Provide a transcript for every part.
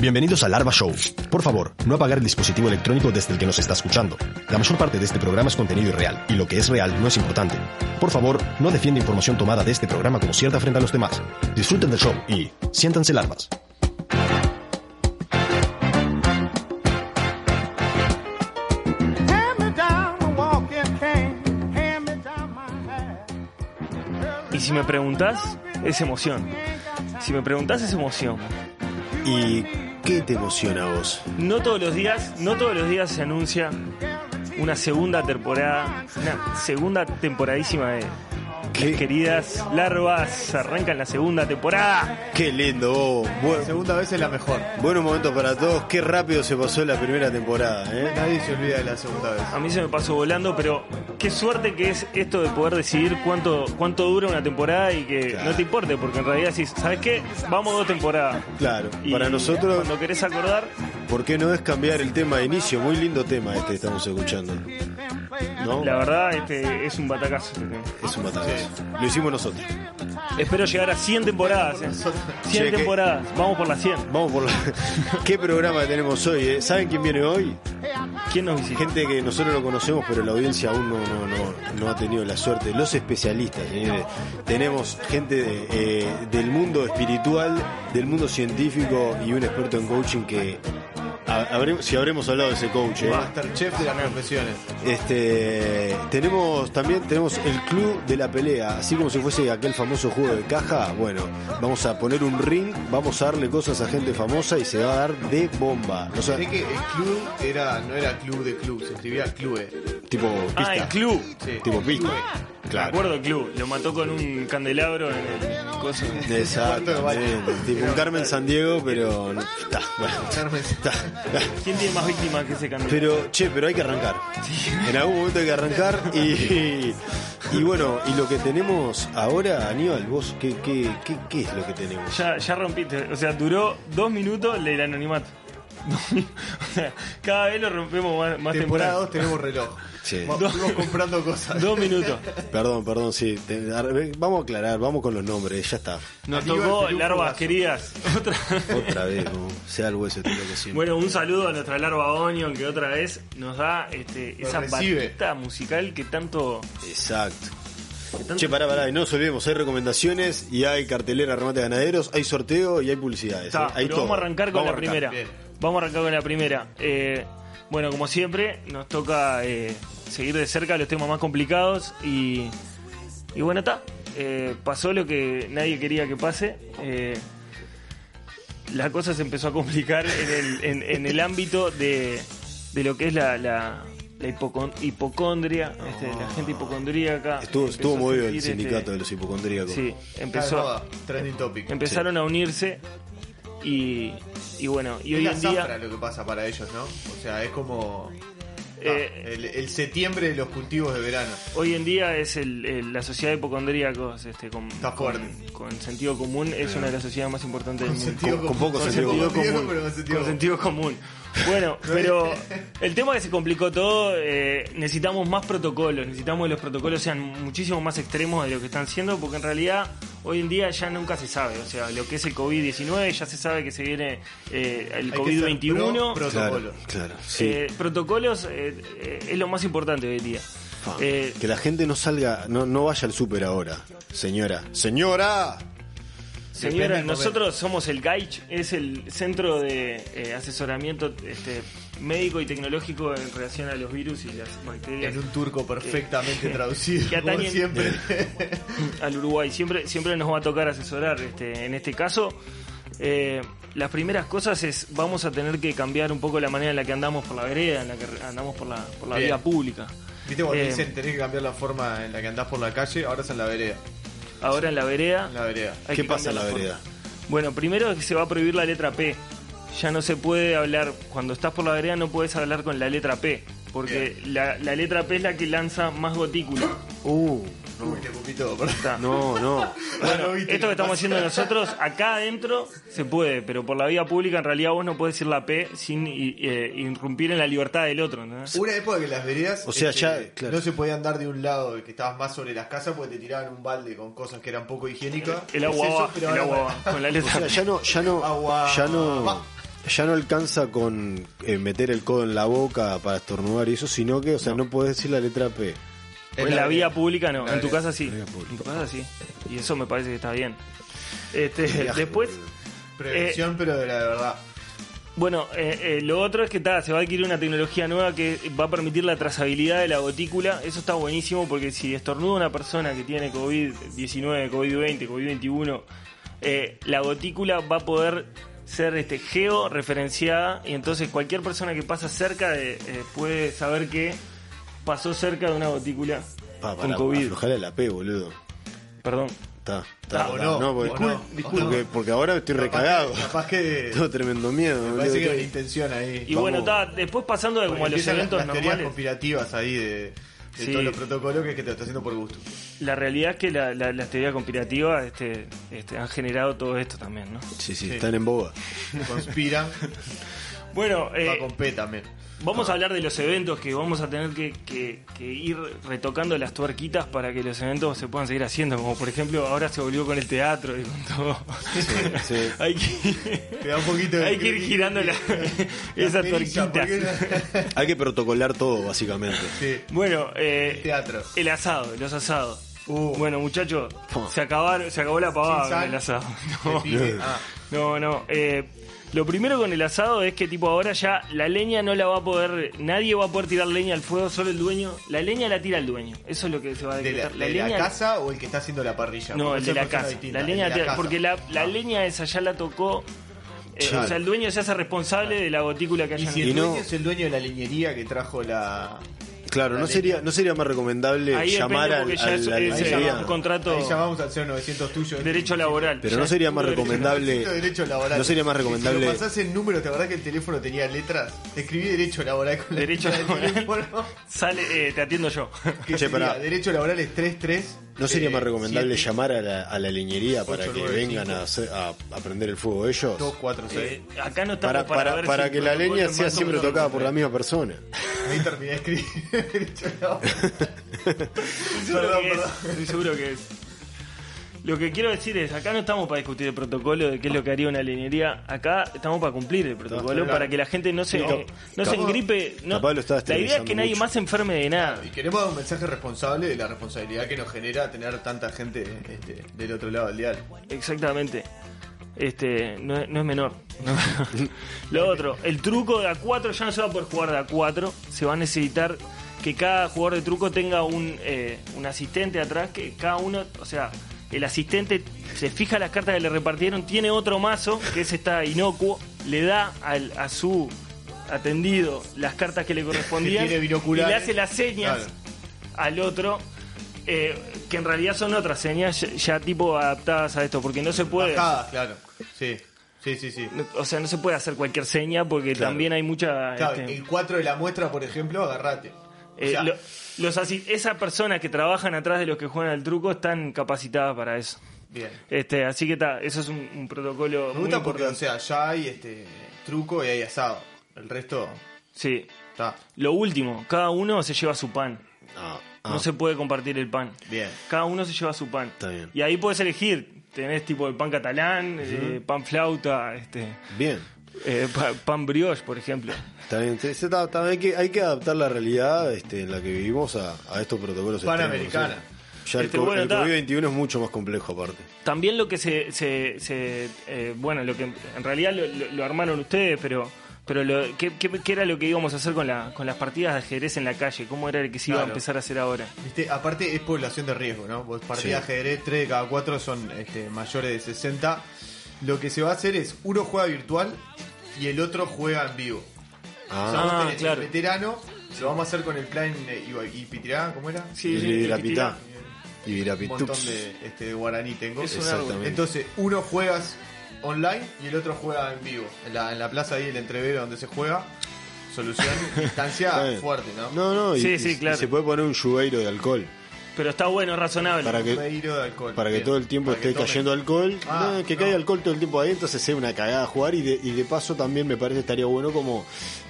Bienvenidos al Larva Show. Por favor, no apagar el dispositivo electrónico desde el que nos está escuchando. La mayor parte de este programa es contenido irreal, y lo que es real no es importante. Por favor, no defienda información tomada de este programa como cierta frente a los demás. Disfruten del show y siéntanse larvas. Y si me preguntas, es emoción. Si me preguntas, es emoción. ¿Y qué te emociona a vos? No todos los días, no todos los días se anuncia una segunda temporada, una segunda temporadísima de ¿Qué? Las queridas larvas. Arrancan la segunda temporada. Qué lindo, vos. La Bu- segunda vez es la mejor. buenos momentos para todos. Qué rápido se pasó la primera temporada, ¿eh? Nadie se olvida de la segunda vez. A mí se me pasó volando, pero qué suerte que es esto de poder decidir cuánto cuánto dura una temporada y que Claro. no te importe, porque en realidad si ¿sabes qué? Vamos dos temporadas. Claro, Y para nosotros, Cuando querés acordar, ¿por qué no es cambiar el tema de inicio? Muy lindo tema este estamos escuchando. ¿No? la verdad, este es un batacazo. este tema. Es un batacazo. Lo hicimos nosotros. Espero llegar a 100 temporadas. eh. 100 Che, que- temporadas. Vamos por las 100. Vamos por la... ¿Qué programa tenemos hoy? eh? ¿Saben quién viene hoy? ¿Quién nos visita? Gente que nosotros lo conocemos, pero la audiencia aún no, no, no, no ha tenido la suerte. Los especialistas, señores. Tenemos gente de, eh, del mundo espiritual, del mundo científico y un experto en coaching que. ha- habremos- si habremos hablado de ese coach, eh. Masterchef de las profesiones. Este, tenemos también tenemos el club de la pelea, así como si fuese aquel famoso juego de caja. Bueno, vamos a poner un ring, vamos a darle cosas a gente famosa y se va a dar de bomba. O sea, Sé que el club era, no era club de club, se escribía clube. tipo Ah, el pista, club. Sí. tipo pista. Me Claro. acuerdo el club. Lo mató con un candelabro en el coso. Exactamente. Tipo un Carmen San Diego, pero no- está, bueno, Carmen, está. ¿Quién tiene más víctimas que ese candelabro? Pero, che, pero hay que arrancar. En algún momento hay que arrancar y, y, bueno, y lo que tenemos ahora, Aníbal, vos, ¿qué, qué, qué, qué es lo que tenemos? Ya, ya rompiste. O sea, duró dos minutos el anonimato. o sea, cada vez lo rompemos más, más temprano. Temporada 2 tenemos reloj. Sí. Va- Fuimos comprando cosas. Dos minutos. Perdón, perdón, sí. te- a ver, vamos a aclarar, vamos con los nombres, ya está. Nos Aníbal tocó Perú larvas Fugazo. queridas. Otra. Otra vez, ¿no? Sea algo ese tipo que siempre. Bueno, un saludo a nuestra larva Onion que otra vez nos da este, Nos esa recibe. patita musical que tanto, Exacto. que tanto Che, pará, pará, y no nos olvidemos, hay recomendaciones y hay cartelera remate de ganaderos, hay sorteo y hay publicidades. Está, ¿eh? Hay pero todo. vamos a arrancar con Vamos la a arrancar. primera. Vamos a arrancar con la primera. Eh, bueno, como siempre, nos toca eh, seguir de cerca los temas más complicados y, y bueno, está. Eh, pasó lo que nadie quería que pase. Eh, la cosa se empezó a complicar en el, en- en el ámbito de, de lo que es la, la- la hipocon- hipocondria, este, la gente hipocondríaca. Ah. Estuvo, Empezó estuvo a movido el sentir, sindicato de este, los hipocondríacos. sí, Está de empezó. em, moda, Trending topic. Empezaron a unirse y, y bueno, y hoy es la en día zafra lo que pasa para ellos, ¿no? O sea, es como ah, Eh, el, el septiembre de los cultivos de verano. hoy en día es el- el- la sociedad de hipocondríacos este, con, Está con, fuerte. con sentido común es una de las sociedades más importantes del Con mundo. sentido con común. poco sentido común. pero con sentido Con común. sentido común. Bueno, pero el tema que se complicó todo, eh, necesitamos más protocolos, necesitamos que los protocolos sean muchísimo más extremos de lo que están siendo, porque en realidad hoy en día ya nunca se sabe, o sea, lo que es el COVID-19, ya se sabe que se viene eh, Hay el que ser pro- COVID-21. Claro, protocolo. claro. Sí. Eh, protocolos eh, eh, es lo más importante hoy en día. Ah. Fa. Eh, que la gente no salga, no, no vaya al súper ahora, señora. ¡Señora! señora, depende del nosotros somos el GAICH, es el centro de eh, asesoramiento este, médico y tecnológico en relación a los virus y las bacterias En un turco perfectamente traducido, Que Eh. como atañen- siempre. al Uruguay. Siempre, siempre nos va a tocar asesorar este, en este caso. eh, las primeras cosas es vamos a tener que cambiar un poco la manera en la que andamos por la vereda, en la que andamos por la, por la Bien. vía pública. Viste cuando Eh, dicen tenés que cambiar la forma en la que andás por la calle, ahora es en la vereda. Ahora en la vereda En la vereda. Hay ¿Qué que pasa en la cambiar vereda? forma. Bueno, primero es que se va a prohibir la letra P. Ya no se puede hablar, cuando estás por la vereda no puedes hablar con la letra P, porque la, la letra P es la que lanza más gotícula. Uh, Uy, te poquito, Está. no, no. Bueno, No esto viste lo que que estamos haciendo nosotros, acá adentro se puede, pero por la vía pública en realidad vos no podés decir la P sin i- eh, irrumpir en la libertad del otro. ¿no? Una época que las veredas este, O sea, ya, claro. no se podía andar de un lado, que estabas más sobre las casas porque te tiraban un balde con cosas que eran poco higiénicas. El Es agua eso, va, pero el ahora- agua va, con la O letra sea, ya no, ya no, Agua. ya no, Va. ya no alcanza con eh, meter el codo en la boca para estornudar y eso, sino que, o sea, no, podés decir la letra P. En la, vía pública no, la en tu vía- casa sí. la vía pública. En tu casa sí. Y eso me parece que está bien. Este, Viaje, después, boludo. Eh, Prevención, pero de la de verdad. bueno, eh, eh, lo otro es que ta, se va a adquirir una tecnología nueva que va a permitir la trazabilidad de la gotícula. Eso está buenísimo porque si estornuda una persona que tiene COVID-19, COVID-20, COVID-21, eh, la gotícula va a poder ser este, georreferenciada y entonces cualquier persona que pasa cerca de, eh, puede saber que pasó cerca de una gotícula Pa, con pará, COVID. aflojale la P, boludo. Perdón. Está, Ah, está, o está. no, porque, o no, disculpe, o no. porque- porque ahora estoy recagado. Capaz que. Tengo tremendo miedo, boludo. parece que hay una intención ahí. Y bueno, ta, después pasando de como a los Empiezan las- eventos las teorías normales, conspirativas ahí de, de Sí. todos los protocolos que, que te lo está haciendo por gusto. la realidad es que la- la- las teorías conspirativas este, este, han generado todo esto también, ¿no? Sí, sí, Sí. están en boga. Conspiran, Bueno, va eh, con P también. vamos a hablar de los eventos que vamos a tener que, que- que ir retocando las tuerquitas para que los eventos se puedan seguir haciendo, como por ejemplo ahora se volvió con el teatro y con todo. sí. Hay que... Te da un poquito de- Hay que ir girando la- esa perilla, tuerquita. porque- Hay que protocolar todo, básicamente. Sí, Bueno, eh, el teatro. El asado, los asados. Uh. bueno, muchachos, Fua. se, acabaron, se acabó Ah, la pavada Sin con sal. el asado. Que No, pique. Ah, no. no, eh, lo primero con el asado es que tipo ahora ya la leña no la va a poder, nadie va a poder tirar leña al fuego, solo el dueño. La leña la tira el dueño, eso es lo que se va a ¿De la, decretar. de la leña- casa o el que está haciendo la parrilla? No, Porque el de son la personas casa. distintas, La el leña de la tira- porque la, la leña esa ya la tocó. eh, Claro. O sea, el dueño se hace responsable de la gotícula que Y haya en si el- el Y no- dueño es el dueño de la leñería que trajo la... Claro, ¿no Dale. sería, ¿no sería más recomendable Ahí depende llamar al, porque ya al- es- a la es, eh, lechería? un contrato- Ahí llamamos al 0900 tuyo. Derecho laboral. Pero Ya no es sería puro más derecho laboral. recomendable. Necesito derecho laboral. No sería más Si recomendable. lo pasás en números, ¿te acordás que el teléfono tenía letras? Escribí derecho laboral con la Derecho letra del laboral. teléfono. Sale, eh, te atiendo yo. Que Che, sería pará. Derecho laboral es 33. ¿No sería eh, más recomendable siete, llamar a la, a la leñería para Ocho, que nueve, vengan cinco. a, hacer- a, a prender el fuego ellos? dos, cuatro, seis. Eh, acá no estamos para, Para, para- ver para si que la protocolo leña es sea más o siempre menos tocada por la recomendable. misma persona. Ahí terminé de escribir derecho laboral. Seguro Perdón, que perdón. es, estoy seguro que es. Lo que quiero decir es, acá no estamos para discutir el protocolo de qué es lo que haría una leñería, acá estamos para cumplir el protocolo, claro. para que la gente no se, Sí, cap- eh, no se capaz- engripe. No, capaz lo estaba la idea es que esterilizando nadie mucho. más se enferme de nada. Y queremos dar un mensaje responsable de la responsabilidad que nos genera tener tanta gente este, del otro lado del dial. Exactamente. Este, no, es- no es menor. Lo otro, el truco de A4 ya no se va a poder jugar de A4. Se va a necesitar que cada jugador de truco tenga un, eh, un asistente atrás, que cada uno, o sea, el asistente se fija las cartas que le repartieron, tiene otro mazo, que ese está inocuo, le da al, a su atendido las cartas que le correspondían Que tiene y le binoculares. hace las señas Claro. al otro, eh, que en realidad son otras señas ya, ya tipo adaptadas a esto, porque no se puede... Bajadas, Pues, claro. Sí, sí, sí. sí. no- O sea, no se puede hacer cualquier seña porque Claro. también hay mucha... Claro, este, el 4 de la muestra, por ejemplo, agarrate. O eh, sea, lo- los asi- esas personas que trabajan atrás de los que juegan al truco están capacitadas para eso. Bien. Este, así que ta, eso es un, un protocolo Me muy gusta porque, o importante. sea, ya hay este truco y hay asado. El resto Sí. está Lo último, cada uno se lleva su pan. Ah, ah, No se puede compartir el pan. bien. Cada uno se lleva su pan. Está bien. Y ahí puedes elegir. Tenés tipo el pan catalán, eh, pan flauta, este, Bien. eh, pa- pan brioche, por ejemplo. Está bien. Sí, sí, está- está- hay, que, hay que adaptar la realidad este, en la que vivimos a, a estos protocolos. Panamericana. extremos, ¿sí? Ya el, Este, co- bueno, el está. COVID-21 es mucho más complejo aparte. También lo que se, se- se, eh, bueno, lo que en realidad lo, lo- lo armaron ustedes, pero pero lo, ¿qué, qué, qué era lo que íbamos a hacer con, la, con las partidas de ajedrez en la calle? ¿Cómo era el que se iba a Claro. empezar a hacer ahora? Viste, aparte es población de riesgo, ¿no? Vos partida Sí. de ajedrez, 3 de cada 4 son este, mayores de 60. Lo que se va a hacer es, uno juega virtual y el otro juega en vivo. Ah. o sea, vos Ah, tenés el claro. veterano, lo vamos a hacer con el plan eh, y, y Pitirá, ¿cómo era? Sí, y sí, Virapitá. Pitá. Y Un montón Virapitups. de, este, de guaraní tengo. Es un Exactamente. árbol. Entonces, uno juegas online y el otro juega en vivo. En la, en la plaza ahí, el entrevero donde se juega. Solución, Está distancia bien. Ah, fuerte, ¿no? No, no, y, Sí, sí, y- y claro. se puede poner un yugueiro de alcohol. Pero está bueno, es razonable. Para Un que, meiro de alcohol. para que Bien. todo el tiempo Para que esté tomen. cayendo alcohol, Ah, no, que no. caiga alcohol todo el tiempo ahí, entonces sea una cagada jugar y de, y de paso también me parece estaría bueno como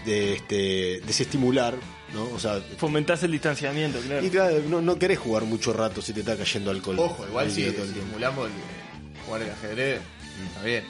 de, este, desestimular, ¿no? O sea, Fomentás el distanciamiento, claro. y claro, no, no querés jugar mucho rato si te está cayendo alcohol. Ojo, igual Ahí si todo el tiempo. Mm. simulamos el, jugar el ajedrez, está bien.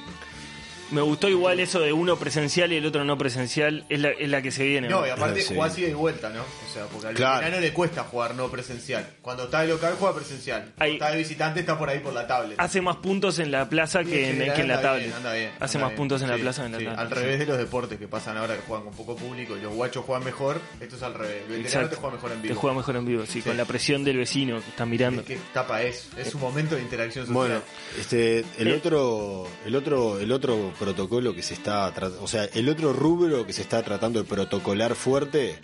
Me gustó igual eso de uno presencial y el otro no presencial, es la, es la que se viene. No, ¿no? y aparte Ah, sí. jugás ida y vuelta, ¿no? O sea, porque al Claro. veterano le cuesta jugar no presencial. Cuando está de local, juega presencial. Ahí- Cuando está de visitante, está por ahí por la tablet. Hace más puntos en la plaza Sí, que en, que en la anda tablet. bien, anda bien, Hace anda más bien. puntos en la Sí, plaza que en la sí, tablet. Al revés de los deportes que pasan ahora que juegan con poco público y los guachos juegan mejor, esto es al revés. El veterano Exacto. te juega mejor en Te vivo. juega mejor en vivo, sí, con la presión del vecino que está mirando. Es que tapa es, es un momento de interacción social. Bueno, este, el Eh. otro, el otro, el otro protocolo que se está, tra- o sea, el otro rubro que se está tratando de protocolar fuerte,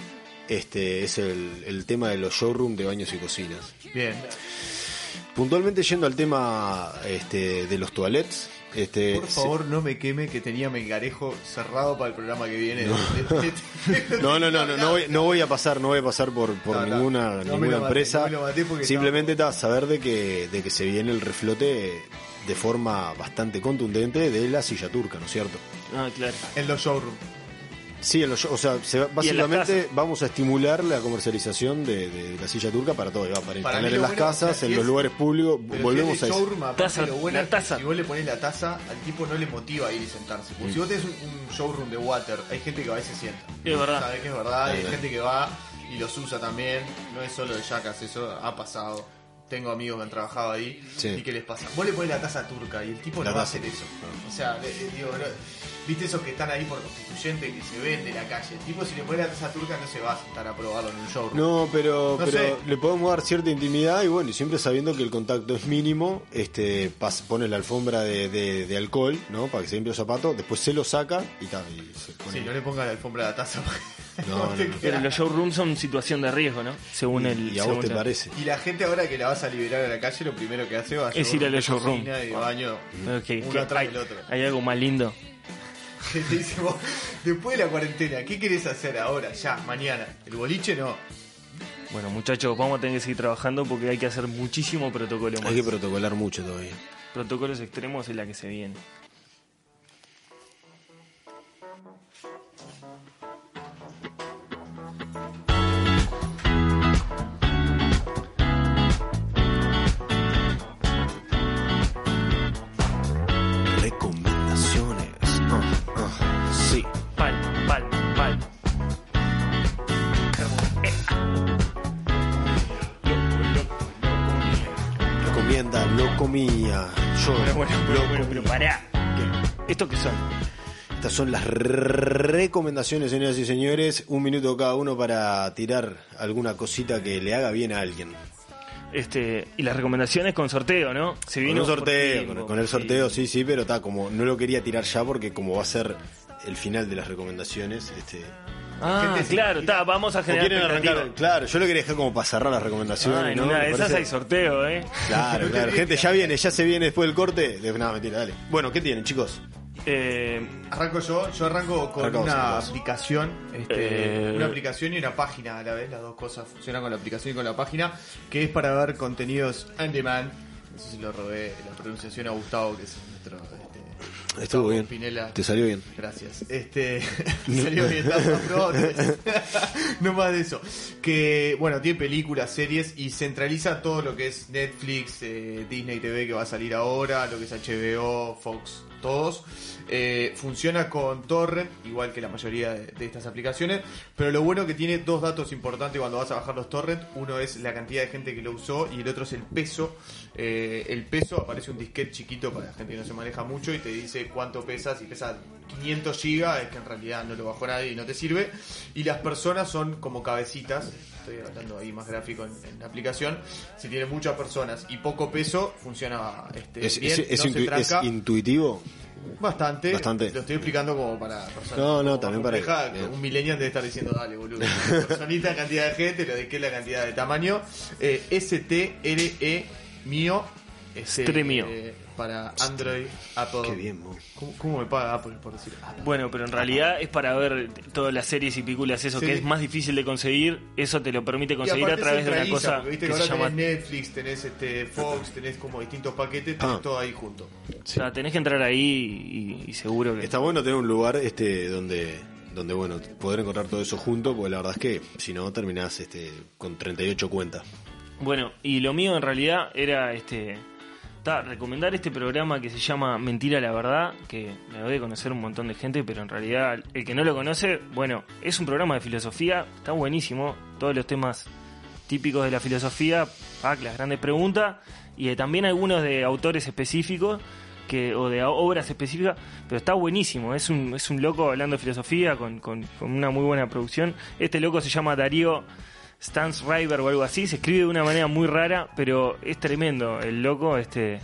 este, es el, el tema de los showrooms de baños y cocinas. bien. Puntualmente yendo al tema, este, de los toilets, este, Por favor, no me queme que tenía Mengarejo cerrado para el programa que viene. se- no, no, no, no, no voy, no voy a pasar, no voy a pasar por, por No, no. ninguna, No me ninguna lo maté, empresa. no me lo maté porque Simplemente está saber de que, de que se viene el reflote de forma bastante contundente de la silla turca, ¿no es cierto? Ah, claro. En los showrooms. Sí, en los- o sea, se va- Y en las básicamente vamos a estimular la comercialización de, de la silla turca para todo, va, para instalar mí en lo las bueno, casas, o sea, en si los es- lugares públicos, Pero volvemos si a es el eso. showroom, aparte, Taza, lo bueno la es que taza. si vos le pones la taza, al tipo no le motiva ir y sentarse. Porque si vos tenés un, un showroom de water, hay gente que va y se sienta. Es verdad. Sabés que es verdad, y hay Ajá. gente que va y los usa también. No es solo de yacas, eso ha pasado. Tengo amigos que han trabajado ahí Sí. y que les pasa. Vos le pones la taza turca y el tipo La no va a taza. hacer eso. O sea, le- le- digo, no- viste esos que están ahí por constituyente que se ven de la calle. El tipo si le pones la taza turca no se va a sentar a probarlo en un showroom. No, pero, No pero sé. le podemos dar cierta intimidad y bueno, y siempre sabiendo que el contacto es mínimo, este pas- pone la alfombra de, de- de alcohol, ¿no? Para que se limpie los zapatos, después se lo saca y, ta, y se pone. Sí, no le pongas la alfombra a la taza. porque No, no, te no. queda- Pero los showrooms son situación de riesgo, ¿no? Según el. y a vos según te la- parece. Y la gente ahora que la vas a liberar a la calle, lo primero que hace va a Es llevar ir al una showroom. cocina y baño Ok, uno que atrás hay, del otro. hay algo más lindo. Que te dice vos, después de la cuarentena, ¿qué querés hacer ahora? Ya, mañana. El boliche no. Bueno, muchachos, vamos a tener que seguir trabajando porque hay que hacer muchísimo protocolo más. Hay que protocolar mucho todavía. Protocolos extremos es la que se viene. Recomendaciones. Ah, sí. Pal, pal, pal. Recomienda, lo comía. Yo, Pero bueno, pero, bueno, pero comía. pará. ¿Estos qué son? Estas son las recomendaciones, señoras y señores. Un minuto cada uno para tirar alguna cosita que le haga bien a alguien. Este, y las recomendaciones con sorteo, ¿no? Se Con vino un por sorteo, tiempo, con, con el sí. sorteo, sí, sí, pero está como no lo quería tirar ya porque como va a ser el final de las recomendaciones, este. Ah, Gente, sí. claro, está, vamos a ¿o generar quieren arrancar? expectativa. Claro, yo lo quería dejar como para cerrar las recomendaciones. Ah, en ¿no? una Me de esas parece- hay sorteo, ¿eh? Claro, claro. Gente, ya viene, ya se viene después del corte. De- No, mentira, dale. Bueno, ¿qué tienen, chicos? Eh, Arranco yo, yo arranco con Arrancamos, una arrancamos. aplicación, este, Eh. una aplicación y una página a la vez, las dos cosas funcionan con la aplicación y con la página, que es para ver contenidos on demand. No sé si lo robé la pronunciación a Gustavo, que es nuestro este, Estuvo bien. Pinela. Te salió bien. Gracias. Este salió bien, está aprobado. no más de eso. Que bueno, tiene películas, series y centraliza todo lo que es Netflix, eh, Disney TV que va a salir ahora, lo que es HBO, Fox, todos. Eh, funciona con torrent, igual que la mayoría de, de estas aplicaciones, pero lo bueno que tiene dos datos importantes cuando vas a bajar los torrent. Uno es la cantidad de gente que lo usó y el otro es el peso. Eh, el peso aparece un disquete chiquito para la gente que no se maneja mucho y te dice cuánto pesa, si pesa 500 gigas, es que en realidad no lo bajó nadie y no te sirve. Y las personas son como cabecitas, estoy hablando ahí más gráfico en, en la aplicación, si tiene muchas personas y poco peso, funciona este, Es, bien, es- es no se intu- es tranca. intuitivo. Bastante. Bastante. Lo estoy explicando como para personas. No, no, como también más para- complejas, que bien. Un millennial debe estar diciendo, dale, boludo. Personita, cantidad de gente, lo de qué es la cantidad de tamaño. Eh, STRE E, mío. este, Stremio. eh, para Android, Apple. Qué bien, mo. ¿Cómo, cómo me paga Apple por decir Apple? bueno, pero en realidad es para ver todas las series y películas, eso Sí. que es más difícil de conseguir, eso te lo permite conseguir a aparte través de una centraliza, cosa porque que viste que se ahora llama... tenés Netflix, tenés este Fox, tenés como distintos paquetes, tenés Ah. todo ahí junto. O sea, tenés que entrar ahí y, y seguro que... Está bueno tener un lugar este donde donde bueno, poder encontrar todo eso junto, porque la verdad es que si no terminás este con 38 cuentas. Bueno, y lo mío en realidad era este. ta, ta, recomendar este programa que se llama Mentira la Verdad, que me lo debe conocer un montón de gente, pero en realidad el que no lo conoce, bueno, es un programa de filosofía, está buenísimo, todos los temas típicos de la filosofía, Pac, las grandes preguntas, y eh, también algunos de autores específicos que, o de obras específicas, pero está buenísimo, es un, es un loco hablando de filosofía con, con- con una muy buena producción. Este loco se llama Darío Stans Riber o algo así, se escribe de una manera muy rara, pero es tremendo el loco, este...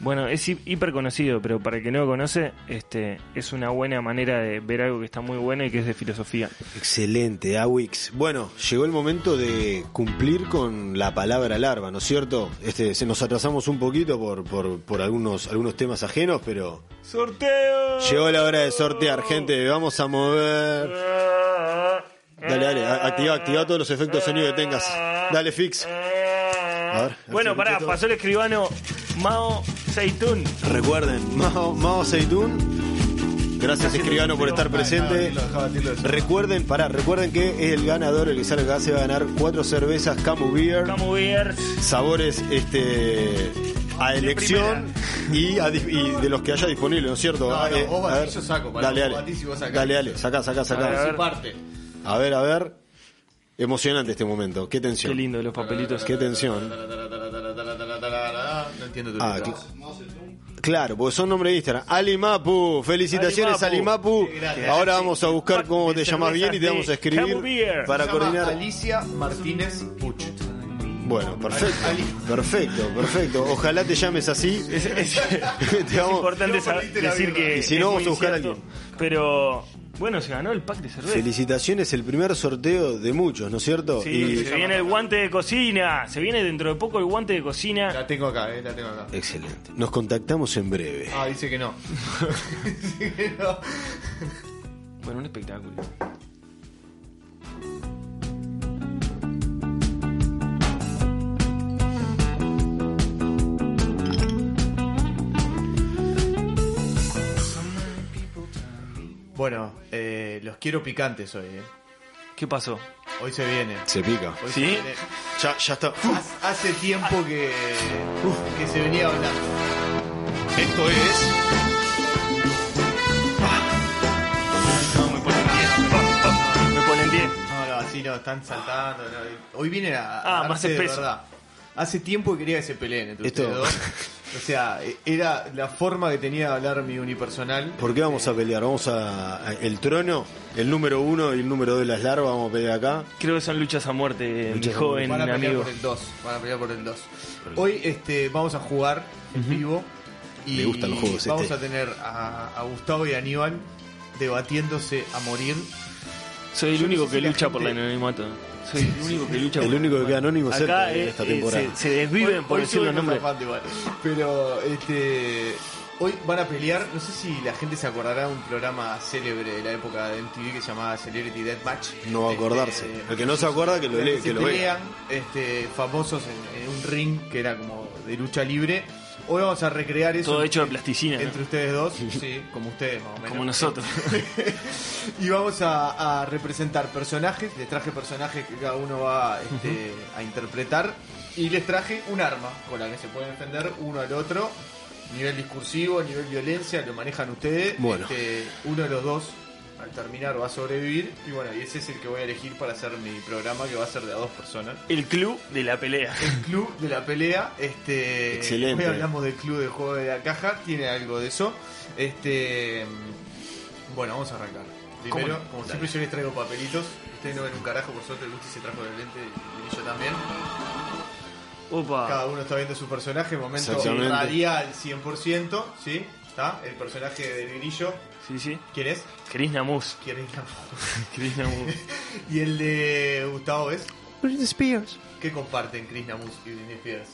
Bueno, es hi- hiper conocido, pero para el que no lo conoce, este, es una buena manera de ver algo que está muy bueno y que es de filosofía. Excelente, Awix. Bueno, llegó el momento de cumplir con la palabra larva, ¿no es cierto? Este, se nos atrasamos un poquito por, por, por algunos, algunos temas ajenos, pero ¡Sorteo! llegó la hora de sortear, gente. Vamos a mover. Dale, dale, a- activa, activa todos los efectos de sonido que tengas. Dale, Fix. A ver, bueno, así pará, todo. pasó el escribano Mao Seitun. Recuerden, Mao, Mao Zedong, gracias escribano por Ah, estar presente. Recuerden, pará, recuerden que el ganador, el que sale acá, se va a ganar cuatro cervezas Camu Beer. Camu Beers. sabores este a elección y, a dis- y de los que haya disponible, ¿no es cierto? No, Ah, no, eh, vos a batí, ver. yo saco, para dale, vos dale. batí, si vos sacás. dale, dale, sacá, sacá, A Ahora sacá. ver. sí parte. A ver, a ver. Emocionante este momento, qué tensión. Qué lindo los papelitos. Qué tensión. No entiendo tu Ah, letra. Claro, porque son nombre de Instagram. Alimapu, felicitaciones Alimapu. Alimapu. Sí, gracias. Ahora vamos a buscar Pack cómo de te llamas cervezas bien y te vamos a de Camu escribir Beer. para Se llama coordinar. Alicia Martínez Puch. Bueno, perfecto. Ali- Perfecto, perfecto. Ojalá te llames así. Es, es- Te es vamos- importante No sab- perdiste la decir birra. que. Y si es no, muy vamos a buscar a incierto, alguien. Pero bueno, se ganó el pack de cerveza. Felicitaciones, el primer sorteo de muchos, ¿no es cierto? Sí, Y- se viene el guante de cocina. Se viene dentro de poco el guante de cocina. La tengo acá, eh, la tengo acá. Excelente. Nos contactamos en breve. Ah, dice que no. Dice que no. Bueno, un espectáculo. Bueno, eh, los quiero picantes hoy, eh. ¿Qué pasó? Hoy se viene. Se pica. Hoy se ¿Sí? viene. Ya, ya está. Hace- Hace tiempo que, que se venía hablando. Esto es. Estaba muy por Me ponen 10. No, no, así no, están saltando. no. Hoy viene a, Ah, darse más de espeso. verdad. Hace tiempo que quería que se peleen entre Esto- ustedes dos. O sea, eh, era la forma que tenía de hablar mi unipersonal. ¿Por qué vamos a pelear? Vamos a, a- el trono, el número uno y el número dos de las larvas, vamos a pelear acá. Creo que son luchas a muerte, mi Luchas a joven Van a pelear amigo. por el 2. Van a pelear por el 2. Hoy este, vamos a jugar en vivo. Y Me gustan los juegos, Vamos este. a tener a, a Gustavo y a Aníbal debatiéndose a morir. Soy el Yo no único sé que si la lucha por el gente- anonimato. Soy el único que lucha por El único que queda anónimo es Acá Sergio de eh, esta eh, temporada. se, se desviven por hoy decir soy los una nombres. zafata igual. Pero este, hoy van a pelear. No sé si la gente se acordará de un programa célebre de la época de MTV que se llamaba Celebrity Deathmatch. Este, eh, No va a acordarse. Eh, El que no se acuerda que lo lee, que se lo vea. pelean, este, famosos en, en un ring que era como de lucha libre. Hoy vamos a recrear eso Todo hecho de entre- plasticina, ¿no? entre ustedes dos, sí, como ustedes más o menos. como nosotros. Y vamos a, a representar personajes, les traje personajes que cada uno va este, a interpretar y les traje un arma con la que se pueden defender uno al otro, nivel discursivo, nivel violencia, lo manejan ustedes, Bueno. Este, uno de los dos al terminar va a sobrevivir y bueno, y ese es el que voy a elegir para hacer mi programa que va a ser de a dos personas. El club de la pelea. El club de la pelea, este Excelente. hoy hablamos del club de juego de la caja, tiene algo de eso. Este bueno, vamos a arrancar. Primero, ¿Cómo no? como Dale. siempre yo les traigo papelitos. Ustedes no ven un carajo, por suerte Gusti se trajo el lente y yo también. Ah. Opa. Cada uno está viendo su personaje, momento Exactamente. radial 100%, ¿sí? ¿Está? El personaje del grillo, Sí, sí. ¿quién es? Chris Namus. ¿Quién es? Chris Namus. y el de Gustavo es ¿Qué comparten Chris Namus y Britney Spears?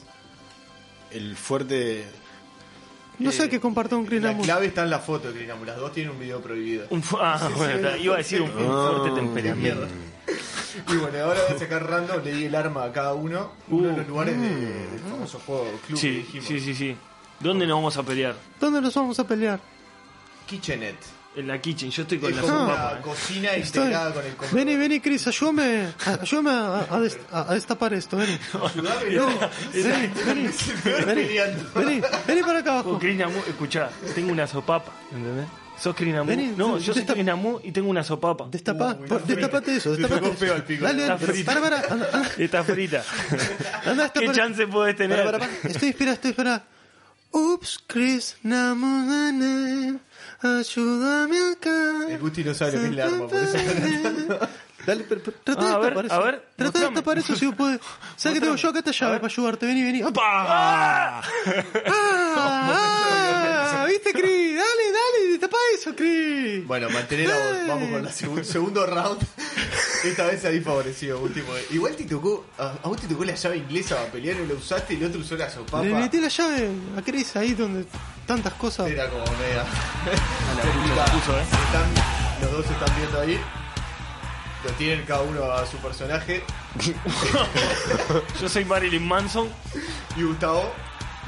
El fuerte. No sé qué compartió un Chris La Lamus. clave está en la foto de Chris Namus. Las dos tienen un video prohibido. Un fu- ah, bueno, está. iba a decir un, un fuerte Ah. Qué mierda. temperamento. Y bueno, ahora voy a sacar random, le di el arma a cada uno. Uno Uh, de los lugares de- mm. del famoso juego club que Sí, dijimos. sí, sí, sí. ¿Dónde nos vamos a pelear? ¿Dónde nos vamos a pelear? Kitchenet. en la kitchen. Yo estoy con Es la como sopa. una cocina integrada con Este, el comedor. Vení, vení, Chris, ayúdame, ayúdame a, a des- a- a destapar esto, vení. Ayudame, no. Vení, vení, vení, vení, vení para O acá abajo. Krinamu, escuchá, tengo una sopapa, ¿entendés? Sos Krinamu. Vení, No, sí, yo soy desta- Krinamu y tengo una sopapa. Destapá, Uy, por- está destapate frita. eso, Te destapate tocó eso. feo al pico. ¿eh? Dale, Está dale, frita. para, para, anda, anda, Está frita. anda, destapa. ¿Qué chance podés tener? Para, para, para. Estoy esperando, estoy esperando. Ups, Chris, namudane, ayúdame acá. El Guti no sabe lo que es la arma, por eso está Dale, pero, pero, trata Ah, a de ver, destapar eso. a ver, trata de mostrame. destapar eso si vos podés. ¿Sabes que tengo yo acá esta llave para ayudarte? Vení, vení. ¡Opa! ¡Ah! ¡Ah! ¿Viste, Chris? Dale, dale, destapa eso, Chris. Bueno, mantener la voz. Vamos con la segun- segundo round. Esta vez salí favorecido, último. Igual te tocó, a a vos te tocó la llave inglesa para pelear, no la usaste y el otro usó la sopapa. Le metí la llave a Chris ahí donde tantas cosas. Era como media. Ah, puso, la puso, eh. Están- los dos están viendo ahí. Lo tienen cada uno a su personaje. Yo soy Marilyn Manson. Y Gustavo.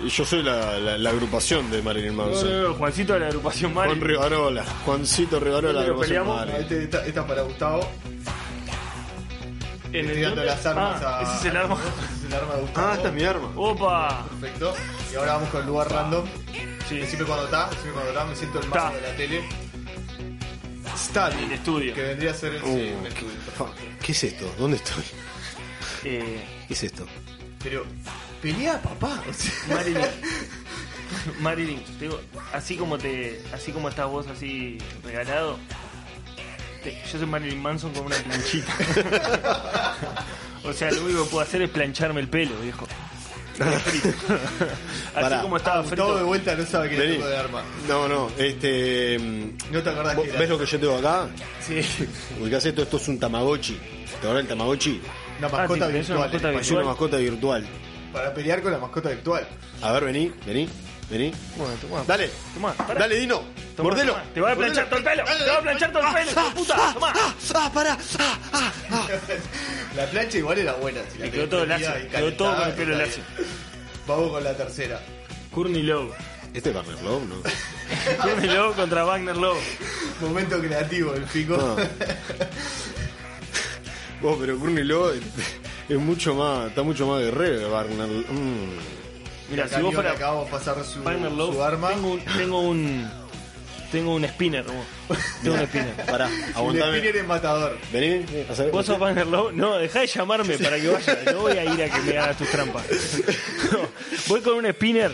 Y Yo soy la, la- la agrupación de Marilyn Manson. Juancito de la agrupación Juan Marilyn. Rivarola, Juancito Rivarola, la ¿Pero agrupación peleamos? Marilyn. Este, esta, esta para Gustavo. En Estoy dando norte- las armas Ah, a. Ese es el a- arma. Ese es el arma de Gustavo. Ah, esta es mi arma. Opa. Perfecto. Y ahora vamos con el lugar random. Sí, Decime cuando está, decime cuando está, me siento el Ta. mazo de la tele. Study. El estudio. Que vendría a ser Uh, el, sí, un estudio. ¿Qué es esto? ¿Dónde estoy? eh, ¿Qué es esto? Pero, pelea papá. O sea, Marilyn. Marilyn, te digo, así como te. Así como estás vos así regalado. te- yo soy Marilyn Manson con una planchita. o sea, lo único que puedo hacer es plancharme el pelo, viejo. Frito. así Pará. como estaba Gustavo de frito. vuelta no sabe que es Vení. el de arma. No, no, este. mm, No te acordás ¿vos que era. ¿Ves lo que yo tengo acá? Sí. Ubicás esto, esto es un Tamagotchi. ¿Te acuerdas del Tamagotchi? Una Ah, mascota sí, tenés una virtual. mascota eh, Es una mascota virtual. Para pelear con la mascota virtual. A ver, vení, vení, vení. Bueno, bueno. Dale, Tomá, pará. dale, Dino. Tomá, Mordelo. tomá. Te voy a planchar todo el pelo. Dale, Te voy a planchar todo el pelo, hijo de puta. Tomá. Ah, ah, pará. Ah, ah, ah. La plancha igual era buena. Si la Y tenés quedó todo prendida lacio, y quedó todo calentada, con el pelo está bien. Vamos con la tercera. Courtney Love. Este es Barner Love, ¿no? Courtney Love contra Wagner Love. Momento creativo, el pico. No. Vos, pero Courtney Love es, es mucho más, está mucho más guerrero que Barner. Mm. Mira, Acá si vos Leo le fuera acabamos de pasar su, Wagner Love, su arma. tengo un. Tengo un tengo un spinner, vos. Tengo un spinner. Pará, El aguantame. spinner es matador. Vení, hacer. Ah, ¿Vos sos Wagner Love? No, dejá de llamarme para que vaya. No voy a ir a que me hagas tus trampas. No, voy con un spinner.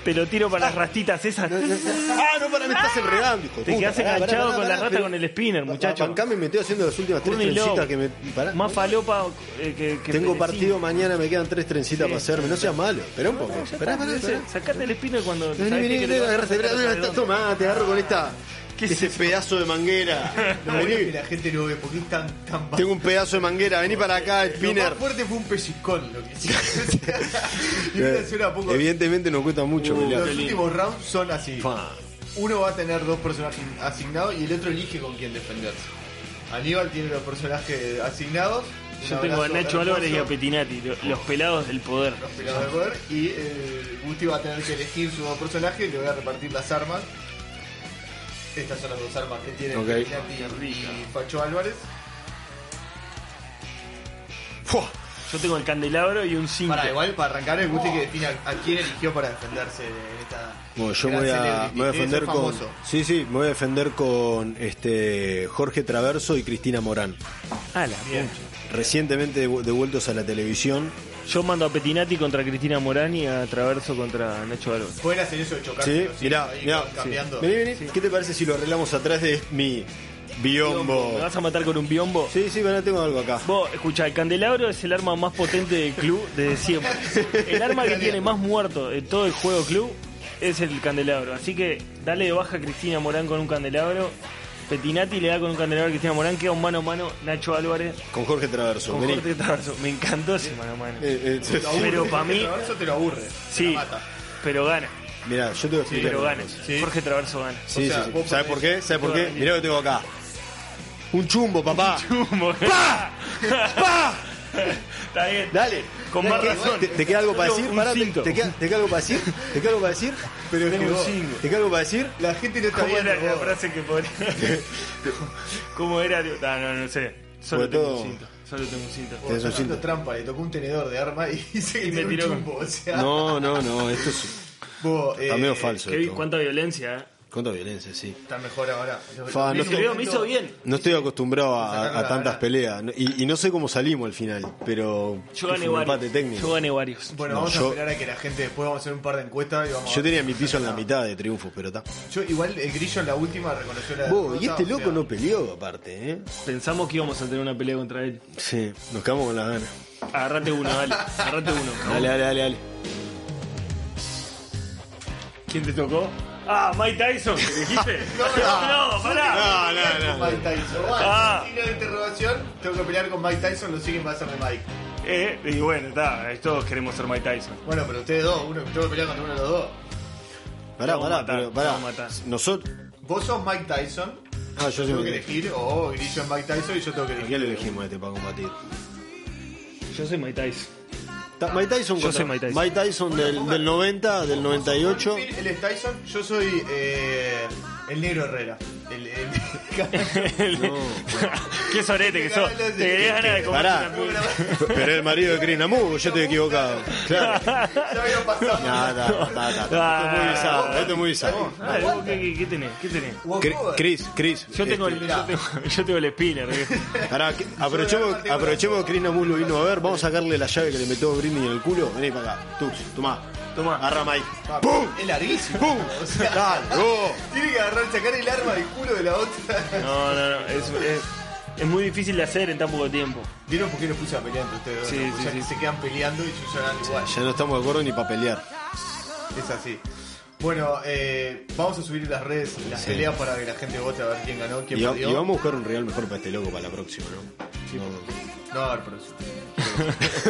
Te lo tiro para las rastitas esas. Ah, no, para, me estás enredando, hijo de Te puta. quedás Pará, pará, enganchado pará, con la pará, rata pero- con el spinner, Ba- muchacho. Bancame, me estoy haciendo las últimas tres Courtney trencitas Love. que me. Pará. Más falopa eh, que, que Tengo Medellín. partido mañana, me quedan tres trencitas para hacerme. No seas malo. Espera un poco. Ya Esperá, está, esperá, ese- esperá. Sacate el spinner cuando. Vení, sabés vení, que vení, te lo vas a agarrate, sacar esperá, de esperá, redondo. tomá, te agarro con esta. ese pedazo de manguera. No, bueno, que la gente no ve porque es tan, tan bajo. Tengo un pedazo de manguera, vení para acá, Lo Spinner. más fuerte fue un pellizcón lo que hiciste. y Eh, una suena poco. Evidentemente nos cuesta mucho pelear. Los últimos rounds son así. Fa. Uno va a tener dos personajes asignados y el otro elige con quién defenderse. Aníbal tiene los personajes asignados. Yo Un tengo a abrazo Nacho hermoso, Álvarez y a Petinati, lo- los pelados del poder. los pelados de poder. Y eh, Gusti va a tener que elegir sus dos personajes. Le voy a repartir las armas. Estas son las dos armas que tiene Ok. Petinati rica. y Facho Álvarez. Fua. Yo tengo el candelabro y un cinto. Para igual, para arrancar, el Gusti que define a, a quién eligió para defenderse de esta. Bueno, yo me gran voy a, celebrity. me voy a Debe ser defender con. famoso. Sí, sí, me voy a defender con este Jorge Traverso y Cristina Morán. Ah, la Bien. Recientemente devu- devueltos a la televisión. pu- Yo mando a Petinati contra Cristina Morán y a Traverso contra Nacho Álvarez. Pueden hacer eso de chocar. Sí, los mirá, hilos ahí, mirá. con- cambiando. Vení, vení. ¿Qué te parece si lo arreglamos atrás de mi biombo? ¿Me vas a matar con un biombo? Sí, sí, bueno, tengo algo acá. Vos, escucha, el candelabro es el arma más potente del club desde siempre. El arma que tiene más muertos en todo el juego club es el candelabro. Así que dale de baja a Cristina Morán con un candelabro. Petinati le da con un candelabro a Cristina Morán, queda un mano a mano Nacho Álvarez Con Jorge Traverso. con Vení. Jorge Traverso. Me encantó ese mano a mano. Eh, eh, Pero para mí, Eso te lo aburre. sí, Te mata. pero gana. Mirá, yo te voy a explicar. Pero una gana. cosa. Sí. Jorge Traverso gana. Sí, O sea, sí, sí. vos ¿Sabes ponés- por qué? ¿Sabes por qué? Mirá lo que tengo acá. Un chumbo, papá. Chumbo. ¡Pa! ¡Pa! Está bien. Dale. Con Dale, más ¿qué? razón. ¿Te, te queda algo para Solo decir? un Pará, te, cinco. te queda, te queda algo para decir? ¿Te queda algo para decir? Pero es que Tengo vos- cinco. ¿Te queda algo para decir? la gente no está ¿Cómo viendo. era la vos. frase que ponía? ¿Cómo era? Digo, No, no, no sé. Solo Sobre tengo todo- un cinto. Solo tengo un cinto. Vos Tenés un estás haciendo cinto. trampa, le tocó un tenedor de arma y dice que Y me tiene un tiró con- chumbo, o sea, No, no, no. Esto es. vos, eh, Está medio falso. Qué vi- esto. cuánta violencia, eh. Cuánta violencia, sí. Está mejor ahora. Fa, no El estoy- video me hizo bien. No estoy acostumbrado Sacaron a, la a tantas gana. peleas. no- Y, y no sé cómo salimos al final, pero. Yo fue gané un empate varios. técnico. Yo gané varios. Bueno, No, vamos a yo- esperar a que la gente después vamos a hacer un par de encuestas y vamos a Yo ver. tenía mi piso en la mitad de triunfos, pero está. Yo igual el grillo en la última reconoció la Vos, y derrota, este o loco sea, no peleó, aparte, ¿eh? Pensamos que íbamos a tener una pelea contra él. Sí, nos quedamos con las ganas. Agarrate uno, dale. Agarrate uno. Dale, dale, dale, dale. ¿Quién te tocó? Ah, Mike Tyson, ¿qué dijiste? no, Ah, no, pará. No, no, no. Mike Tyson. Bueno, Ah. signo de interrogación, tengo que pelear con Mike Tyson, lo siguen va a ser de Mike. Eh, y bueno, está, todos queremos ser Mike Tyson. Bueno, pero ustedes dos, uno, tengo que pelear contra uno de los dos. Pará, Vamos a pará, matar, pero pará. vamos a matar. Nosotros. Vos sos Mike Tyson, Ah, yo tengo tengo que que elegir, o grillo es Mike Tyson y yo tengo que ¿A qué elegir. le elegimos a este para combatir? Yo soy Mike Tyson. Ta- Mike Tyson Yo contra- soy Mike Tyson. Mike Tyson del, del 90, del 98. Él es Tyson, yo soy eh, el negro Herrera. El, el... Qué sorete que sos. Te querías ganas de comer Pará. una puta. Pero el marido de Chris Amu, yo estoy equivocado. Claro. Ya había pasado. Nada, nada, nada. Esto Ah. es muy bizarro, esto es muy bizarro. Dale, vos, ¿Qué, qué, qué tenés? ¿Qué tenés? Vos, Cri- Chris, Chris. este, Yo tengo, el, mirá. yo, tengo, yo tengo el spinner. Pará, que- aprovechemos, aprovechemos que Chris Namu lo vino a ver. Vamos a sacarle la llave que le metió Britney en el culo. Vení para acá. Tux, tomá. Tomá. Agarra Mike. papi, ¡Pum! Es larguísimo. ¡Pum! O sea, Dale, vos. tiene que agarrar, sacar el arma del culo de la otra. No, no, no. Es, es, es muy difícil de hacer en tan poco tiempo. ¿Vieron por qué los puse a pelear entre ustedes? dos? Sí, o sí, sea, sí. que se quedan peleando y yo llorando igual. Ya no estamos de acuerdo ni para pelear. Es así. Bueno, eh, vamos a subir las redes, las Sí. peleas para que la gente vote a ver quién ganó, quién Y, va- perdió. y vamos a buscar un real mejor para este loco para la próxima, ¿no? No. No, a ver, pero sí.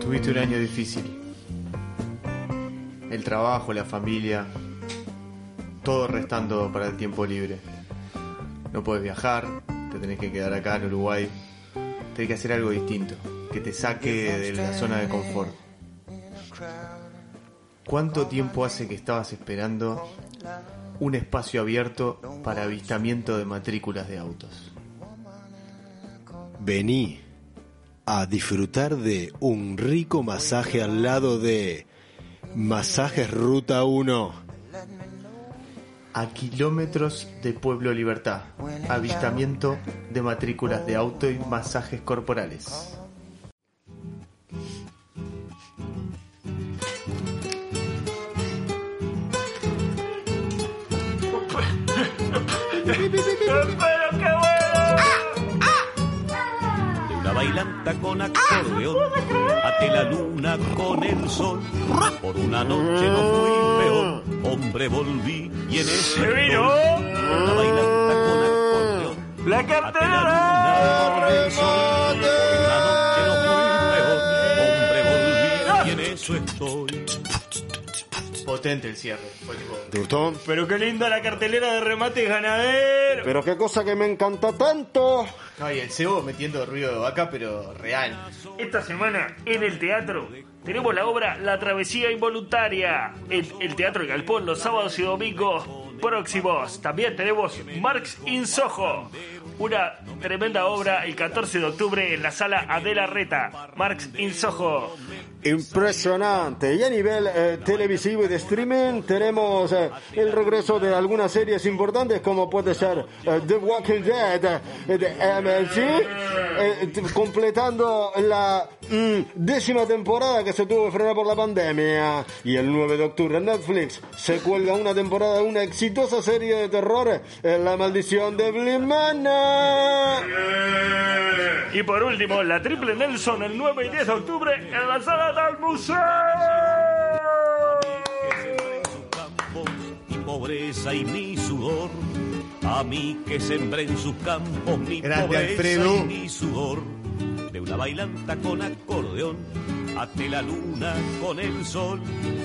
Tuviste un año difícil. El trabajo, la familia, todo restando para el tiempo libre. No puedes viajar, te tenés que quedar acá en Uruguay. Tenés que hacer algo distinto, que te saque de la zona de confort. ¿Cuánto tiempo hace que estabas esperando un espacio abierto para avistamiento de matrículas de autos? Vení a disfrutar de un rico masaje al lado de Masajes Ruta 1. A kilómetros de Pueblo Libertad, avistamiento de matrículas de auto y masajes corporales. La bailanta con acordeón, ate la luna con el sol. Por una noche no fui peor, hombre volví y en ¡Se ese vino! rol, La bailanta con acordeón, ¡La ate la cartera! luna con el sol. Por una noche no fui peor, hombre volví y en eso estoy. Potente el cierre. Fue tipo, ¿Te gustó? Pero qué linda la cartelera de remates ganadero. Pero qué cosa que me encanta tanto. No, y el cebo metiendo ruido de vaca, pero real. Esta semana en el teatro tenemos la obra La Travesía Involuntaria en el Teatro El Galpón los sábados y domingos próximos. También tenemos Marx Insojo, una tremenda obra el 14 de octubre en la sala Adela Reta. Marx Insojo. Impresionante. Y a nivel eh, televisivo y de streaming tenemos eh, el regreso de algunas series importantes como puede ser eh, The Walking Dead eh, de MLG, eh, t- completando la mm, décima temporada que se tuvo que frenar por la pandemia. Y el 9 de octubre en Netflix se cuelga una temporada de una exitosa serie de terror, eh, La Maldición de Blimana. Y por último, la Triple Nelson el 9 y 10 de octubre en la sala del museo. pobreza y mi sudor. A mí que sembré en sus campos mi Grande, pobreza Alfredo. y mi sudor. De una bailanta con acordeón, hasta la luna con el sol.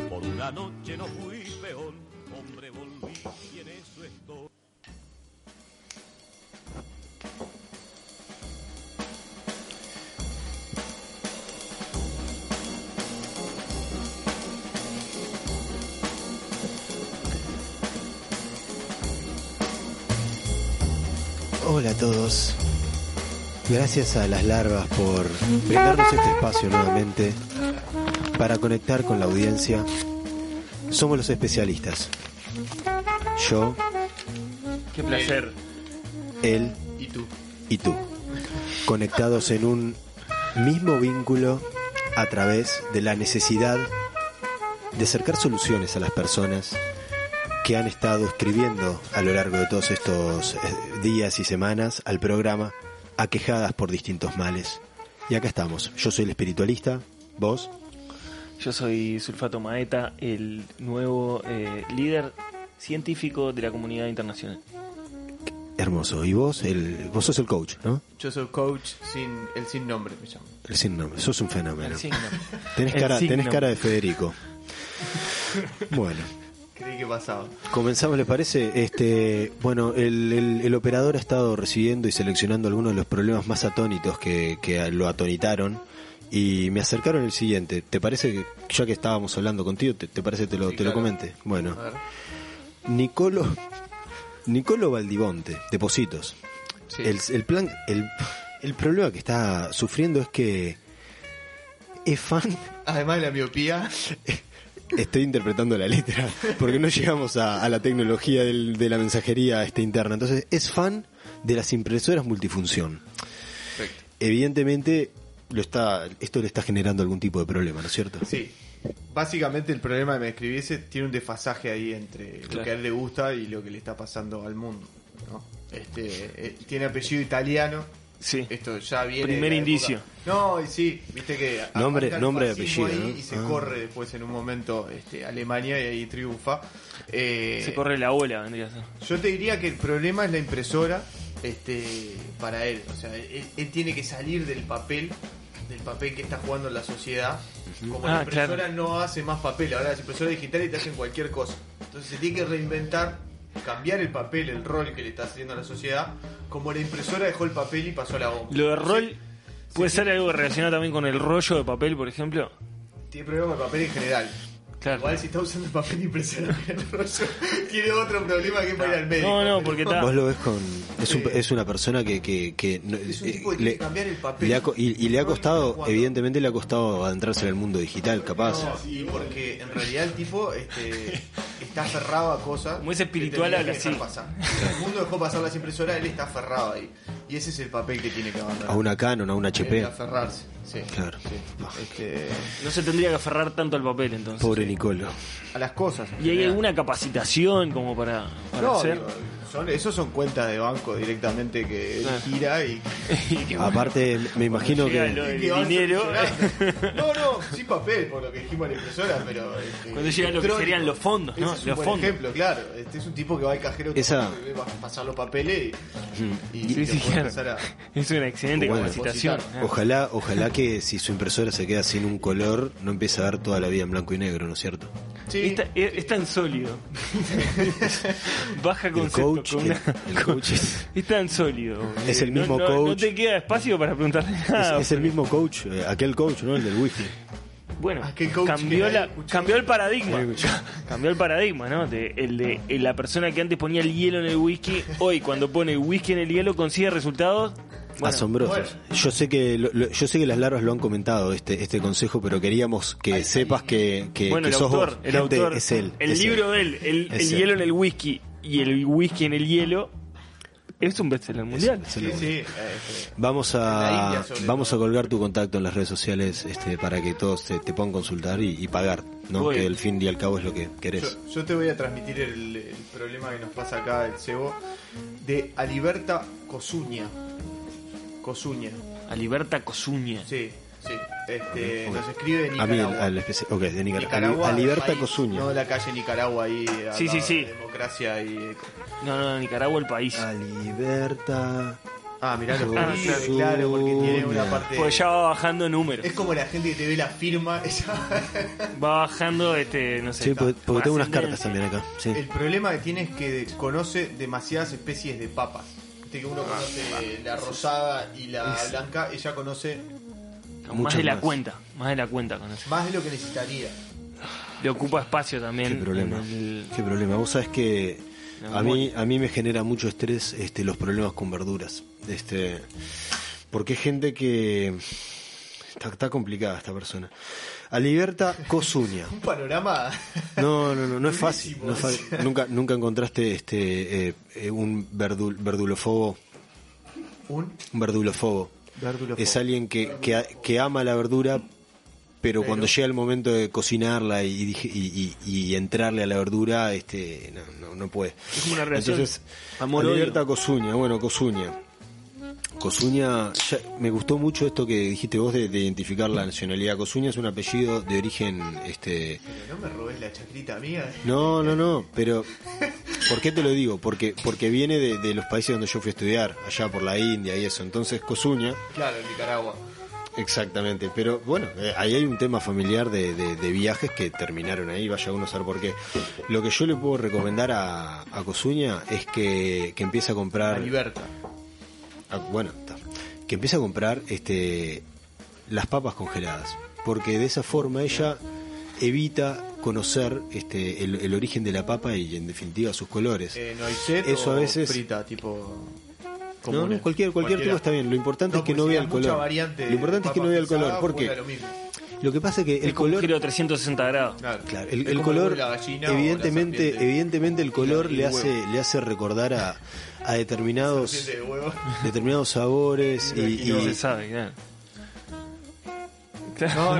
Por una noche no fui peón, hombre volví y en eso estoy. Hola a todos. Gracias a las larvas por brindarnos este espacio nuevamente para conectar con la audiencia. Somos los especialistas. Yo, Qué placer. él Y tú. y tú. Conectados en un mismo vínculo a través de la necesidad de acercar soluciones a las personas que han estado escribiendo a lo largo de todos estos eh, días y semanas al programa, aquejadas por distintos males. Y acá estamos. Yo soy el espiritualista, vos. Yo soy Sulfato Maeta, el nuevo eh, líder científico de la comunidad internacional. Hermoso. Y vos, el, vos sos el coach, ¿no? Yo soy coach sin el sin nombre, me llamo. El sin nombre. Sos un fenómeno. El signo. Tenés, El cara, signo. tenés cara de Federico. Bueno. Creí que pasaba. Comenzamos, ¿les parece? Este, bueno, el, el- el operador ha estado recibiendo y seleccionando algunos de los problemas más atónitos que, que lo atonitaron y me acercaron el siguiente. ¿Te parece que, ya que estábamos hablando contigo, te, te parece que te lo, Sí, te lo claro. comente? Bueno, A ver. Nicolo, Nicolo Valdivonte, de Positos. Sí. El, el plan, el, el problema que está sufriendo es que es fan Además de la miopía, Estoy interpretando la letra, porque no llegamos a, a la tecnología del- de la mensajería este, interna. Entonces, es fan de las impresoras multifunción. perfecto. Evidentemente, lo está, esto le está generando algún tipo de problema, ¿no es cierto? Sí. Básicamente el problema que me escribiese tiene un desfasaje ahí entre lo que a él le gusta y lo que le está pasando al mundo. ¿no? Este, eh, tiene apellido italiano. Sí. Esto ya viene. Primer de la indicio. época- No, y sí, viste que. a- Nombre- arranca el nombre de fascismo apellido, ahí ¿no? Y se Ah. corre después en un momento este, a Alemania y ahí triunfa. Eh, Se corre la ola, vendría a ser. yo te diría que el problema es la impresora este, para él. O sea, él, él tiene que salir del papel, del papel que está jugando la sociedad. Como la Ah, impresora claro. no hace más papel, ahora las impresoras digitales te hacen cualquier cosa. Entonces se tiene que reinventar, cambiar el papel, el rol que le está haciendo a la sociedad, como la impresora dejó el papel y pasó a la bomba. Lo de Sí, rol puede ser algo relacionado también con el rollo de papel, por ejemplo. Tiene problema con el papel en general. Claro. Igual si está usando el papel de impresora, el rollo, tiene otro problema que para el médico. No, no, porque Ah. está. Vos lo ves con. Es, un- Sí. es una persona que. que, que no- Eh. Es un eh, tipo que tiene le- que cambiar el papel. le ha co- y, y le ha No, no está costado, jugando. evidentemente le ha costado adentrarse en el mundo digital, capaz. No, y porque en realidad el tipo este, está aferrado a cosas. Como es espiritual, que tenía habla que dejar así. pasar. El mundo dejó pasar las impresoras, él está aferrado ahí. Y ese es el papel que tiene que abandonar. A una Canon, a una Tiene HP. que aferrarse. Sí. Claro. Eh, Sí. Este, No se tendría que aferrar tanto al papel entonces. Pobre Nicolo. a las cosas. ¿Y en hay realidad. alguna capacitación como para, para No, hacer? digo, son, esos son cuentas de banco directamente que él Ah. gira y. Y que, bueno, Aparte, me imagino llega que. lo- El y que van dinero. solucionando. No, no, sin papel, por lo que dijimos en la impresora, pero. este, Cuando llegan lo que electrónico. serían los fondos, ¿no? Ese es un Los buen fondos. ejemplo, claro. Este es un tipo que va al cajero Esa- Mm. automático y ve pa- pasar los papeles y, y, Sí, sí, y lo puede claro. empezar a. Es una excelente Bueno. capacitación. ¿eh? Depositar. Ojalá, ojalá que si su impresora se queda sin un color, no empiece a ver toda la vida en blanco y negro, ¿no es cierto? Sí, Es, ta- eh, es- es tan sólido. Baja El concepto. coach, con una- el, el coach es, Es tan sólido. Es el No- mismo no- No coach. te queda espacio para preguntarle nada. es- es el mismo coach, eh, aquel coach, ¿no? El del wifi. Bueno, Ah, ¿A qué coach cambió, que la, escuchó? cambió el paradigma. Que escuchó. Cambió el paradigma, ¿no? De- el de el- la persona que antes ponía el hielo en el whisky, hoy cuando pone whisky en el hielo consigue resultados. bueno, Asombroso. Yo sé que lo- lo- yo sé que las larvas lo han comentado este este consejo, pero queríamos que sepas que, que, bueno, eh, que el sos autor, vos. el Gente, autor, es él. el es libro él. de él, el, Es el él. hielo en el whisky y el whisky en el hielo, es un bestseller mundial. Es sí, el- sí. eh, este, Vamos En la a India, sobre vamos a todo. colgar tu contacto en las redes sociales este para que todos te, te puedan consultar y, y pagar, ¿no? Voy. Que al fin y al cabo es lo que querés. Yo, yo te voy a transmitir el, el problema que nos pasa acá, el cebo, de Aliberta Cosuña. Cosuña. Aliberta Cosuña. Sí, sí. Este, nos escribe de A mí, Nicaragua. Ah, al, al especi- ok, de Nicaragua. Nicaragua, a Liberta país, Cosuño. No, la calle Nicaragua ahí. al Sí, sí, lado sí. de Democracia y. No, no, Nicaragua el país. A Liberta. Ah, mirá lo Ah, escribe, claro. claro, porque tiene una parte. Pues ya va bajando números. Es como la gente que te ve la firma. Va bajando, este, no sé. Sí, porque, porque tengo unas cartas ascendencia. también acá. Sí. El problema que tiene es que conoce demasiadas especies de papas. Viste que Ah, uno conoce la rosada y la blanca, ella conoce Más Muchas de la más. cuenta, más de la cuenta con eso. más de lo que necesitaría. Le ocupa espacio también. Qué problema. en el- Qué problema. Vos sabés que La a mí, a mí me genera mucho estrés este, los problemas con verduras. Este, porque hay gente que. Está, está complicada esta persona. A Liberta Cosuña. Un panorama. No, no, no, no es fácil. Durísimo, no es o sea. fácil. Nunca, nunca encontraste este eh, eh, un verdul, verdulofobo. Un Un verdulofobo. verdulofobo. Es alguien que, que, a- que ama la verdura, pero, cuando llega el momento de cocinarla y, dije- y, y- y entrarle a la verdura, este, no, no, no puede. Es como una reacción. Entonces, Amor, odio. Alberta Cosuña, bueno, Cosuña. Cosuña, ya- me gustó mucho esto que dijiste vos de, de identificar la nacionalidad. Cosuña es un apellido de origen, este, Pero no me robes la chacrita mía. eh. no, no, no, pero ¿por qué te lo digo? Porque porque viene de, de los países donde yo fui a estudiar, allá por la India y eso. Entonces, Cosuña, Claro, en Nicaragua. Exactamente, pero bueno, eh, ahí hay un tema familiar de, de- de viajes que terminaron ahí, vaya uno a saber por qué. Lo que yo le puedo recomendar a, a Cosuña es que, que empiece a La comprar... liberta. Ah, bueno, está. Que empiece a comprar este, las papas congeladas. Porque de esa forma ella evita conocer este, el, el origen de la papa y en definitiva sus colores. Eh, noisette Eso a o veces- frita, tipo. No, común. no, cualquier, cualquier tipo está bien. Lo importante es que porque no si vea hay el mucha color. variante Lo importante es que papa no vea el color. frita, ¿Por juega qué? lo mismo. Lo que pasa es que Es el como un color giro de 360 grados. Claro. Claro, el, Es el como color, la gallina o la evidentemente, serpiente. evidentemente el color y le el huevo. hace, le hace recordar a, a determinados, Serpiente de huevo. determinados sabores y, No y- se sabe, claro. No,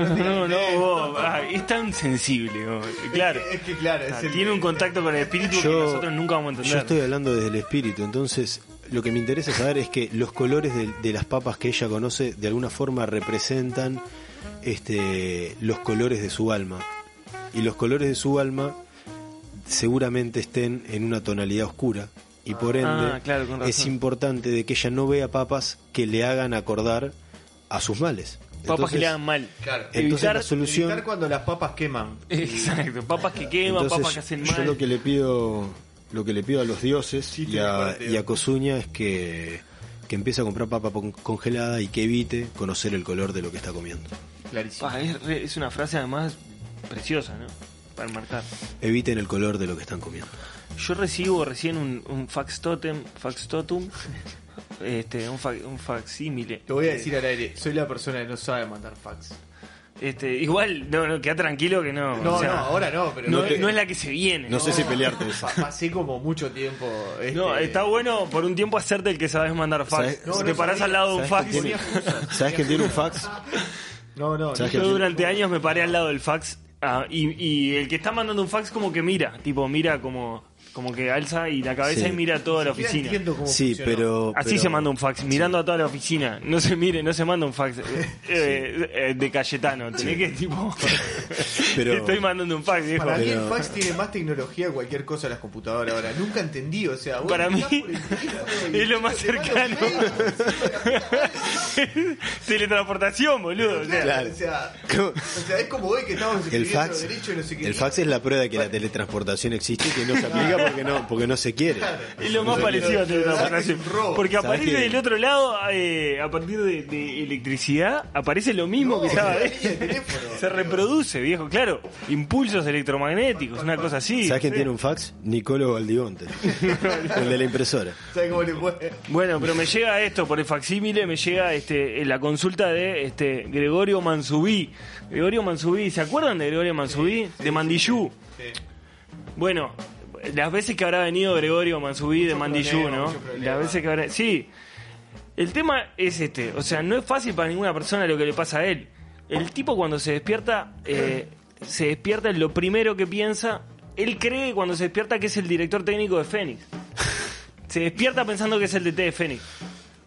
No, no, no, no, vos, ah, es tan sensible, vos, claro. Es que claro, es Ah, el- Tiene un contacto con el espíritu que yo, nosotros nunca vamos a yo entender. estoy hablando desde el espíritu, entonces lo que me interesa saber es que los colores de, de las papas que ella conoce de alguna forma representan este, los colores de su alma y los colores de su alma seguramente estén en una tonalidad oscura y por ende Ah, claro, con razón. es importante de que ella no vea papas que le hagan acordar a sus males. Papas que Entonces- le hagan mal. Claro. Entonces Evitar- la solución Evitar cuando las papas queman. Exacto, papas que queman, Entonces, papas que hacen Yo mal. lo que le pido, lo que le pido a los dioses y, Chiste de a, cuarteo. y a Cosuña es que, que empiece a comprar papa pon- congelada y que evite conocer el color de lo que está comiendo. Clarísimo. Ah, es, re- es una frase además preciosa, ¿no? Para marcar. Eviten el color de lo que están comiendo. Yo recibo recién un, un fax totem, fax totum, este, un, fa, un facsímile. Lo voy a decir al aire. Soy la persona que no sabe mandar fax. Este, igual, no, no, queda tranquilo que no. No, o sea, no, ahora no, pero. no, no es la que se viene. No, sé si pelearte Pa- esa. Pasé como mucho tiempo. este- No, está bueno por un tiempo hacerte el que sabes mandar fax. ¿Sabes? No, No, te no parás sabía. al lado de un ¿Sabes fax. quién tiene? ¿Sabes quién tiene un fax? No, no, ¿Sabes no. Yo durante años me paré al lado del fax ah, y, y el que está mandando un fax como que mira, tipo mira como, como que alza y la cabeza Sí. y mira toda la Mira, oficina. entiendo cómo Sí, funcionó. pero. Así pero- se manda un fax, mirando a toda la oficina. No se mire, no se manda un fax eh, eh, eh, de Cayetano. Tenés que tipo. Pero- Estoy mandando un fax, viejo. Para mí el Pero- fax tiene más tecnología que cualquier cosa de las computadoras ahora. Nunca entendí, o sea, vos Para estás mí por el teléfono y es lo más te mando cercano. mail, Teletransportación, boludo. o sea. O sea, o sea, es como hoy que estamos El escribiendo fax, derecho y no sé qué. el fax es la prueba de que la teletransportación existe y que no se aplica porque no, porque no se quiere. Es lo más parecido a teletransportación. Es un robo. Porque ¿Sabés aparece qué? del otro lado, eh, a partir de, de electricidad, aparece lo mismo que estaba. la línea de teléfono. Se reproduce, viejo, claro. Impulsos electromagnéticos, una cosa así. ¿Sabes quién Sí. tiene un fax? Nicolo Valdivonte, el de la impresora. ¿Sabes cómo le fue? Bueno, pero me llega esto por el facsímile, me llega este eh, la consulta de este Gregorio Mansubí. Gregorio Mansubí, ¿se acuerdan de Gregorio Mansubí? de Mandillú. Bueno, las veces que habrá venido Gregorio Mansubí de Mandillú, problema, ¿no? mucho problema. Las veces que habrá. Sí. El tema es este, o sea, no es fácil para ninguna persona lo que le pasa a él. El tipo cuando se despierta, eh, se despierta en lo primero que piensa. Él cree cuando se despierta que es el director técnico de Fénix. Se despierta pensando que es el DT de Fénix.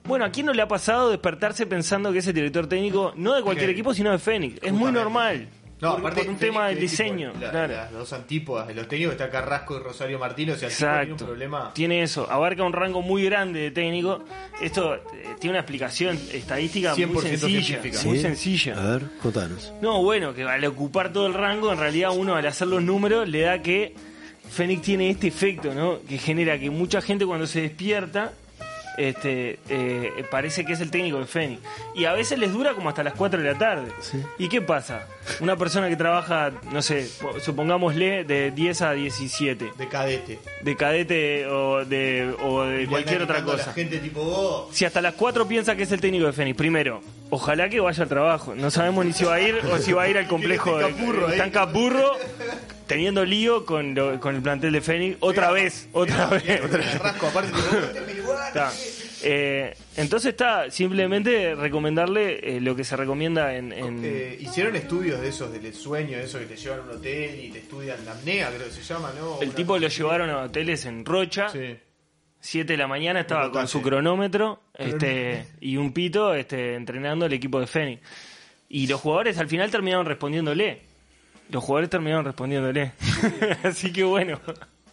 Bueno, ¿a quién no le ha pasado despertarse pensando que es el director técnico no de cualquier Sí. equipo, sino de Fénix? Es muy Justamente. normal. No, por, aparte por un Fénix tema de es tipo diseño. la- claro. Las dos antípodas de los técnicos está Carrasco y Rosario Martino. O sea, el tipo tiene un Exacto. problema. Tiene eso. Abarca un rango muy grande de técnico. Esto eh, tiene una explicación estadística muy 100% sencilla. científica. Muy ¿Sí? sencilla. Ah. A ver, contanos. No, bueno, que al ocupar todo el rango, en realidad uno al hacer los números le da que Fénix tiene este efecto, ¿no? Que genera que mucha gente cuando se despierta este, eh, parece que es el técnico de Fénix. Y a veces les dura como hasta las 4 de la tarde. ¿Y qué pasa? Una persona que trabaja, no sé, po- supongámosle de 10 a 17, De cadete. de cadete o de, o de Y le cualquier anda otra gritando a cosa. La gente tipo vos. Si hasta las 4 piensa que es el técnico de Fénix, primero, ojalá que vaya al trabajo. No sabemos ni si va a ir o si va a ir al complejo. Está en capurro ahí. Tan capurro, teniendo lío con, lo- con el plantel de Fénix. Otra vez, otra vez. Carrasco, aparte tipo, vos, Está. Eh, entonces está, simplemente recomendarle eh, lo que se recomienda en... en- Eh, hicieron estudios de esos, del sueño, de eso que te llevan a un hotel y te estudian la apnea, creo que se llama, ¿no? el Una- tipo lo llevaron a hoteles en Rocha. Sí. 7 de la mañana estaba con su Reportaje. cronómetro este, y un pito este, entrenando el equipo de Fénix. Y los jugadores al final terminaron respondiéndole. Los jugadores terminaron respondiéndole. Así que bueno,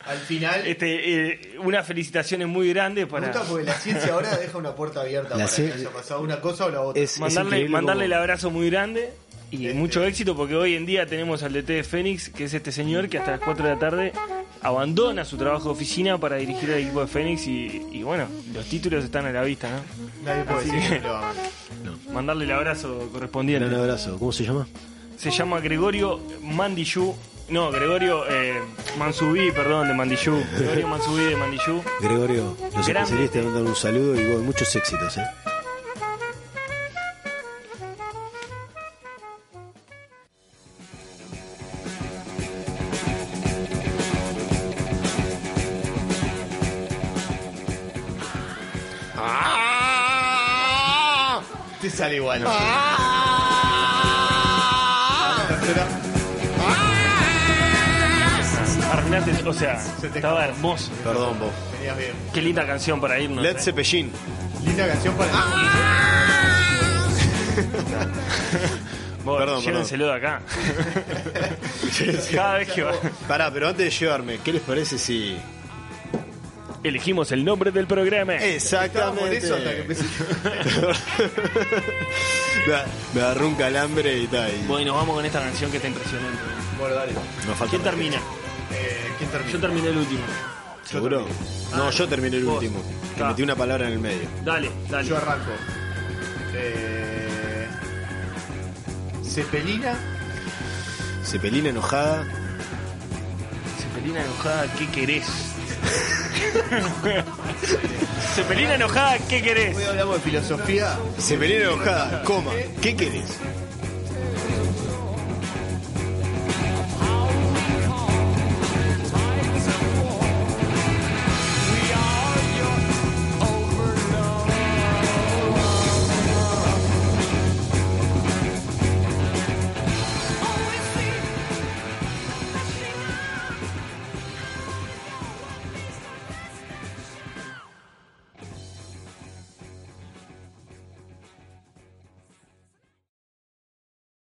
Al final, este, eh, unas felicitaciones muy grandes me para gusta porque la ciencia ahora deja una puerta abierta La para que cien- haya pasado una cosa o la otra. Es- mandarle, increíble mandarle el cómo- abrazo muy grande y Este. mucho éxito porque hoy en día tenemos al DT de Fénix, que es este señor que hasta las 4 de la tarde abandona su trabajo de oficina para dirigir al equipo de Fénix y, y bueno, los títulos están a la vista, ¿no? Nadie puede decir que lo aman. Mandarle el abrazo correspondiente. Gran abrazo. ¿Cómo se llama? Se llama Gregorio Mandillú. No, Gregorio eh, Mansubí, perdón, de Mandillú. Gregorio Mansubí de Mandillú. Gregorio, los Grande. especialistas te mandan un saludo y bueno, muchos éxitos, ¿eh? Ah, Te sale igual. Arruinaste, o sea, Se te estaba hermoso. Perdón, vos. Venías bien. Qué linda canción para irnos. Led eh. Zeppelin. Linda canción para. Ah, Ah, Vos, perdón, llévenselo de acá. Cada vez que va. Pará, pero antes de llevarme, ¿qué les parece si. Elegimos el nombre del programa. Eh. Estábamos en Exactamente. eso hasta que empecé. me, me agarró un calambre y tal. y Bueno, vamos con esta canción que está impresionante. Bueno, dale. nos falta ¿Quién más. termina? Eh, ¿Quién Yo termina? terminé el último. ¿Seguro? No, yo terminé el Ah. Vos. último. Que Ta. metí una palabra en el medio. Dale, dale. Yo arranco. Eh, Cepelina. Cepelina enojada. Cepelina enojada, ¿qué querés? Cepelina enojada, ¿qué querés? Hoy hablamos de filosofía. Cepelina enojada, coma. ¿Qué querés?